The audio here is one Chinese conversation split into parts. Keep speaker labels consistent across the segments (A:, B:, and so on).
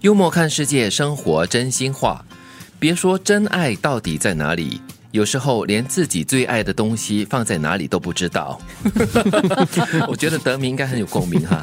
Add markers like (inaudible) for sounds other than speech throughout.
A: 幽默看世界，生活真心话。别说真爱到底在哪里，有时候连自己最爱的东西放在哪里都不知道。 (laughs) 我觉得德明应该很有共鸣哈，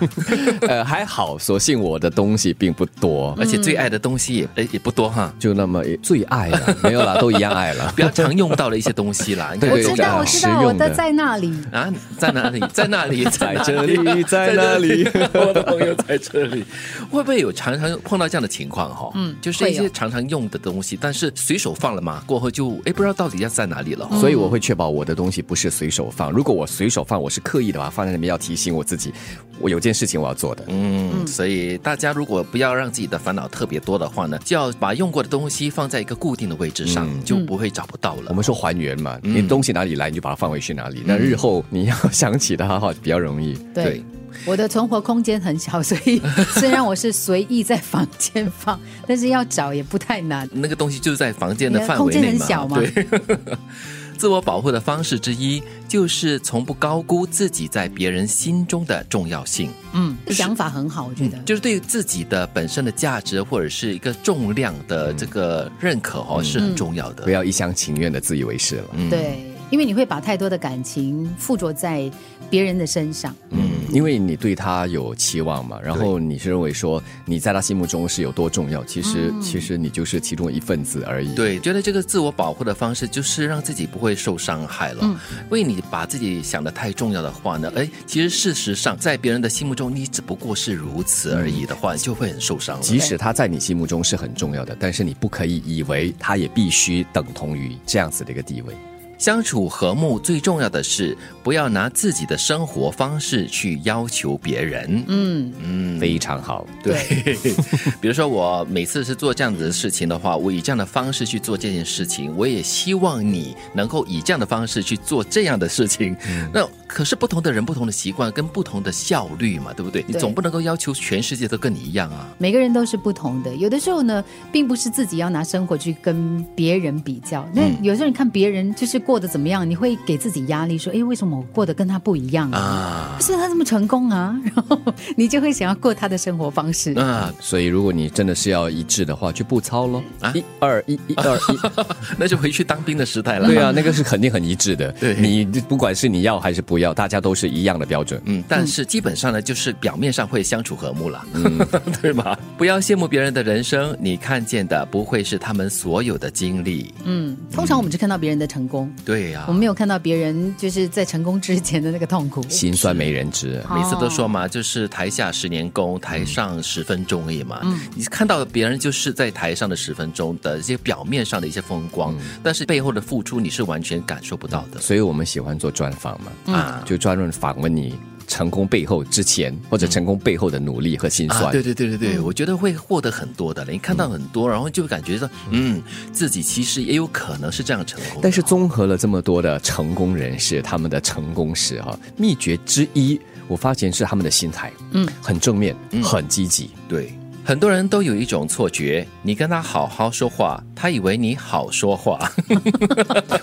B: 呃，还好，所幸我的东西并不多，
A: 而且最爱的东西也哎也不多哈，
B: 就那么一最爱了，没有啦，都一样爱了
A: (laughs) 比。较常用到的一些东西啦。你看 (laughs)
B: 对
C: 我
B: 对
C: 知道，我知
B: 实
C: 道，
B: 用
C: 我的
B: 的
C: 在那里。
A: 啊，在哪里？在哪里？ (laughs) 在
B: 在
A: 哪
B: 这里，在那
A: (laughs)
B: 里。
A: 我的朋友在这里，会不会有常常碰到这样的情况哈？嗯，就是一
C: 会
A: 些
C: 有
A: 常常用的东西，但是随手放了嘛，过后就哎不知道到底要在哪里了。
B: 所以我会确保我的东西不是随手放。如果我随手放，我是刻意的把它放在那边，要提醒我自己，我有件事情我要做的。
A: 嗯，所以大家如果不要让自己的烦恼特别多的话呢，就要把用过的东西放在一个固定的位置
C: 嗯
A: 上，就不会找不到了。
B: 我们说还原嘛，你东西哪里来，你就把它放回去哪里。那日后你要想起它的话，比较容易。
A: 对
C: 对，我的存活空间很小，所 (laughs) 以虽然我是随意在房间放，但是要找也不太难。
A: 那个东西就在房间的
C: 你的
A: 范
C: 空
A: 围
C: 间
A: 内
C: 很
A: 嘛，
C: 小嘛
A: 对。 (laughs) 自我保护的方式之一，就是从不高估自己在别人心中的重要性。
C: 嗯，想法很好，我觉得。
A: 就是对于自己的本身的价值或者是一个重量的
C: 嗯
A: 这个认可哦，是很重要
B: 不
A: 的。嗯
B: 要一厢情愿的自以为是了。
C: 对，因为你会把太多的感情附着在别人的身上。
B: 嗯，因为你对他有期望嘛，然后你是认为说你在他心目中是有多重要，其实、其实你就是其中一份子而已。
A: 对，觉得这个自我保护的方式就是让自己不会受伤害了。
B: 嗯
A: 因为你把自己想的太重要的话呢，哎，其实事实上在别人的心目中，你只不过是如此而已的话，你就会很受伤了。
B: 即使他在你心目中是很重要的，但是你不可以以为他也必须等同于这样子的一个地位。
A: 相处和睦最重要的是不要拿自己的生活方式去要求别人。
C: 嗯，
A: 嗯，
B: 非常好，
C: 对，
A: 比如说，我每次是做这样子的事情的话，我以这样的方式去做这件事情，我也希望你能够以这样的方式去做这样的事情。那可是不同的人、不同的习惯跟不同的效率嘛，对不对？你
C: 对
A: 总不能够要求全世界都跟你一样啊。
C: 每个人都是不同的。有的时候呢，并不是自己要拿生活去跟别人比较。那有时候你看别人就是过得怎么样，你会给自己压力，说：“哎，为什么我过得跟他不一样啊？
A: 啊
C: 不是他这么成功啊？” (laughs) 然后你就会想要过他的生活方式。
A: 啊，
B: 所以如果你真的是要一致的话，就不操喽。
A: 啊
B: 一二一，一二一，
A: (laughs) 那就回去当兵的时代了。
B: 对啊，那个是肯定很一致的。
A: 对
B: 你不管是你要还是不要，大家都是一样的标准。
A: 嗯，但是基本上呢，就是表面上会相处和睦了，对吗？不要羡慕别人的人生，你看见的不会是他们所有的经历。
C: 嗯，通常我们只看到别人的成功，
A: 对呀、
C: 我们没有看到别人就是在成功之前的那个痛苦。
B: 心酸没人知，
C: 好
A: 每次都说嘛，就是台下十年功，台上十分钟而已嘛。
B: 嗯
A: 你看到别人就是在台上的十分钟的一些表面上的一些风
B: 嗯
A: 光，但是背后的付出你是完全感受不到的。
B: 所以我们喜欢做专访
A: 啊
B: 嘛，啊，就专门访问你成功背后之前或者成功背后的努力和心
A: 嗯啊，
B: 酸。
A: 对对对对对，我觉得会获得很多的。你看到很多，然后就会感觉到，嗯，自己其实也有可能是这样成功的。
B: 但是综合了这么多的成功人士，他们的成功史哈、秘诀之一，我发现是他们的心态，嗯，很正面，很积极。
A: 对，很多人都有一种错觉，你跟他好好说话，他以为你好说话。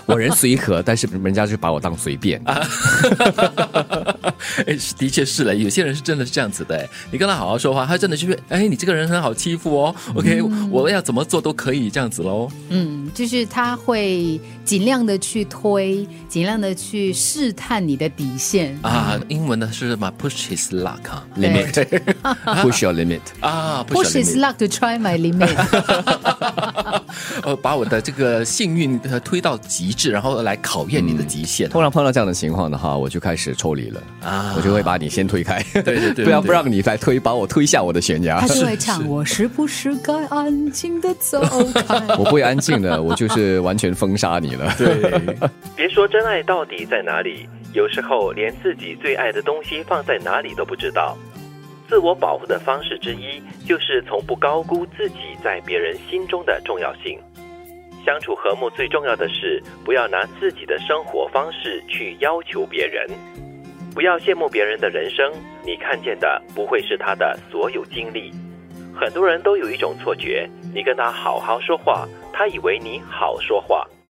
B: 我人随和，
A: (laughs)
B: 但是人家就把我当随便。
A: 啊 (laughs) 哎，是的确是嘞，有些人是真的是这样子的诶。你跟他好好说话，他真的就是，哎，你这个人很好欺负哦。OK，、我
B: 嗯
A: 要怎么做都可以这样子喽。
C: 嗯，就是他会尽量的去推，尽量的去试探你的底线。
A: 啊，
B: 嗯
A: 英文的是什么？Push his luck 啊
B: limit push your limit，
A: 啊
C: Push
A: ，push
C: his
A: his luck，
C: luck to try
A: (laughs)
C: my limit。
A: 呃，把我的这个幸运呃推到极致，然后来考验
B: 嗯
A: 你的极限、
B: 通常碰到这样的情况的话，我就开始抽离了，
A: 啊
B: 我就会把你先推开，
A: 对对对
B: 不要
A: 对
B: 不让你来推，把我推下我的悬崖
A: (laughs)
C: 他。就会唱：“我是不是该安静的走开？”
B: 我不会安静的，我就是完全封杀你了。
A: 对，
D: 别说真爱到底在哪里，有时候连自己最爱的东西放在哪里都不知道。自我保护的方式之一，就是从不高估自己在别人心中的重要性。相处和睦最重要的是，不要拿自己的生活方式去要求别人，不要羡慕别人的人生，你看见的不会是他的所有经历。很多人都有一种错觉，你跟他好好说话，他以为你好说话。